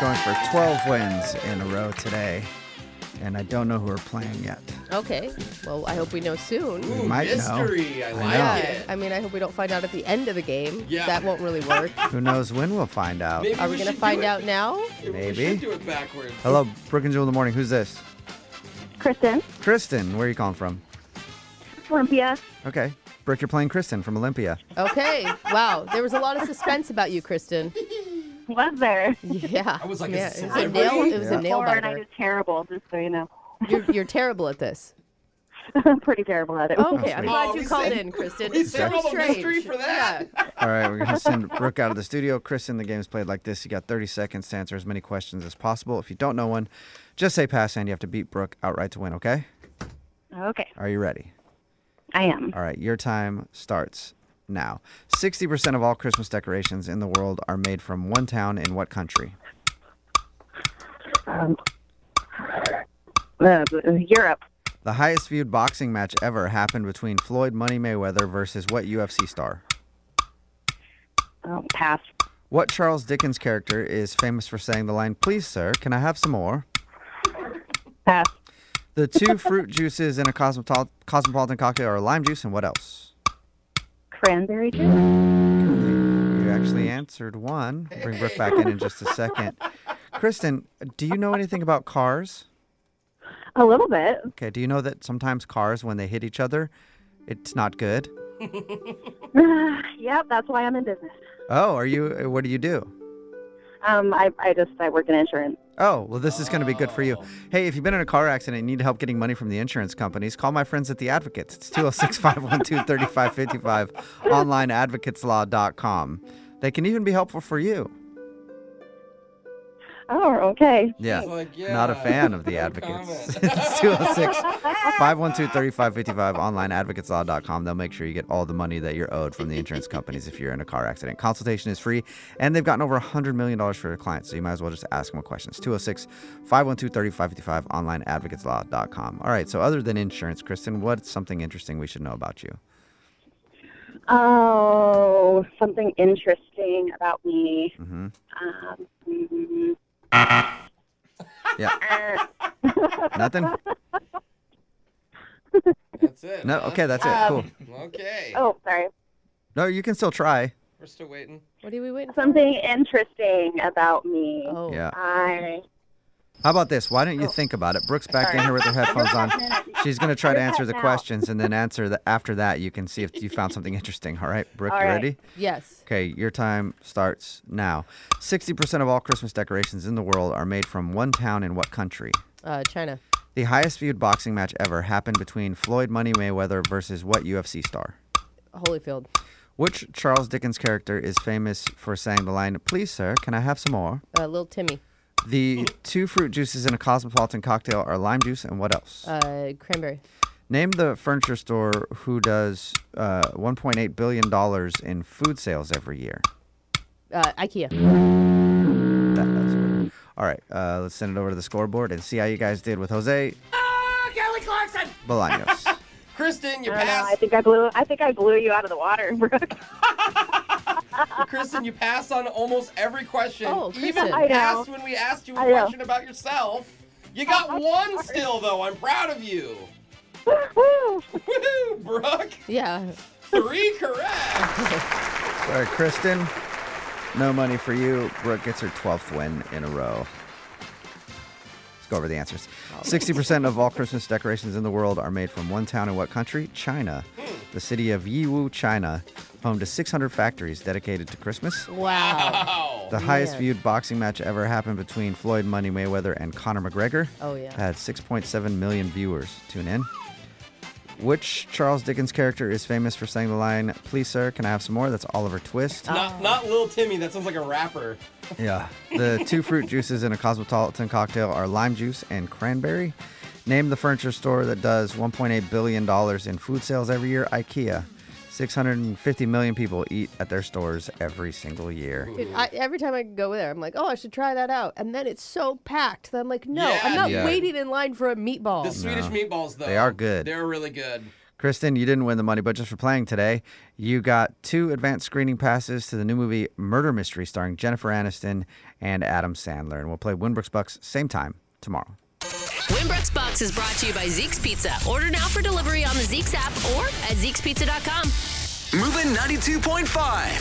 going for 12 wins in a row today, and I don't know who we're playing yet. Okay. Well, I hope we know soon. We might mystery. I like know. Yeah. it. I mean, I hope we don't find out at the end of the game. Yeah. That won't really work. know. Who knows when we'll find out? Maybe Are we we gonna should do find it. out now? Maybe. We should do it backwards. Hello, Brooke and Jewel in the morning. Who's this? Kristen, Kristen. Where are you calling from? Olympia. Okay. Brooke, you're playing Kristen from Olympia. Okay. Wow. There was a lot of suspense about you, Kristen. Was there? Yeah. I was like, yeah, is it this was a celebrity? nail. It was Yeah. a nail Or, and I biter. did terrible, just so you know. You're, you're terrible at this. I'm pretty terrible at it. Okay, I'm sweet. glad Oh, you we called saved- in, Kristen. we It's saved very all the strange. mystery for that. Yeah. All right, we're going to send Brooke out of the studio. Kristen, the game's played like this. You got 30 seconds to answer as many questions as possible. If you don't know one, just say pass, and you have to beat Brooke outright to win, okay? Okay, Are you ready? I am. All right, your time starts now. 60% of all Christmas decorations in the world are made from one town in what country? Um, uh, Europe. The highest viewed boxing match ever happened between Floyd Money Mayweather versus what UFC star? Oh, pass. What Charles Dickens character is famous for saying the line, Please, sir, can I have some more? Pass. The two fruit juices in a cosmopol- cosmopolitan cocktail are lime juice and what else? Cranberry juice. You actually answered one. We'll bring Brooke back in in just a second. Kristen, do you know anything about cars? A little bit. Okay, do you know that sometimes cars, when they hit each other, it's not good? yep, that's why I'm in business. Oh, are you? What do you do? Um, I, I just I work in insurance. Oh, well, this is going to be good for you. Hey, if you've been in a car accident and need help getting money from the insurance companies, call my friends at The Advocates. It's 206 512 3555, onlineadvocateslaw.com. They can even be helpful for you. Oh, okay. Yeah. I was like, Not a yeah, fan of the no advocates. comment. it's 206 512 3555 onlineadvocateslaw.com. They'll make sure you get all the money that you're owed from the insurance companies if you're in a car accident. Consultation is free, and they've gotten over $100 million for their clients, so you might as well just ask them oh a question. It's 206 512 3555 onlineadvocateslaw.com. All right, so other than insurance, Kristen, what's something interesting we should know about you? Oh, something interesting about me. hmm Um, mm, Yeah, uh, nothing? That's it. No, huh? okay, that's it. Cool. Okay. oh, sorry. No, you can still try. We're still waiting. What are we waiting for? Something interesting about me. Oh. Yeah. I How about this? Why Oh. don't you think about it? Brooke's back in here with her headphones on. She's going to try to You're answer the cutting out. questions and then answer the, after that you can see if you found something interesting. All right, Brooke, All you right. ready? Yes. Okay, your time starts now. 60% of all Christmas decorations in the world are made from one town in what country? Uh, China. The highest viewed boxing match ever happened between Floyd Money Mayweather versus what UFC star? Holyfield. Which Charles Dickens character is famous for saying the line, Please, sir, can I have some more? Uh, Little Timmy. The two fruit juices in a cosmopolitan cocktail are lime juice and what else? Uh, cranberry. Name the furniture store who does uh, 1.8 billion dollars in food sales every year. Uh, IKEA. That, that's weird. All right, uh, let's send it over to the scoreboard and see how you guys did with Jose Ah, Kelly Clarkson. Bolaños. Kristen, you I don't know. I passed. think I blew. I think I blew you out of the water, Brooke. Kristen, you passed on almost every question. Oh, Even Kristen. I know. passed when we asked you a I know. Oh, question about yourself. You got I'm one still, though. I'm proud of you. Woo! Woo, Brooke. Yeah. Three correct. All right, Kristen, no money for you. Brooke gets her 12th win in a row. Let's go over the answers. 60% of all Christmas decorations in the world are made from one town in what country? China. The city of Yiwu, China, home to 600 factories dedicated to Christmas. Wow. Wow. The highest Man. viewed boxing match ever happened between Floyd Money Mayweather and Conor McGregor. Oh, yeah. Had 6.7 million viewers. Tune in. Which Charles Dickens character is famous for saying the line, Please, sir, can I have some more? That's Oliver Twist. Ah. Not, not Lil Timmy. That sounds like a rapper. Yeah. The two fruit juices in a cosmopolitan cocktail are lime juice and cranberry. Name the furniture store that does $1.8 billion in food sales every year IKEA. 650 million people eat at their stores every single year. Dude, I, every time I go there, I'm like, oh, I should try that out. And then it's so packed that I'm like, no, Yeah, I'm not Yeah. waiting in line for a meatball. The Swedish meatballs, though. They are good. They're really good. Kristen, you didn't win the money, but just for playing today, you got two advanced screening passes to the new movie Murder Mystery starring Jennifer Aniston and Adam Sandler. And we'll play Winbrook's Bucks same time tomorrow. Winbrook's Box is brought to you by Zeke's Pizza. Order now for delivery on the Zeke's app or at Zeke'sPizza.com. Moving 92.5.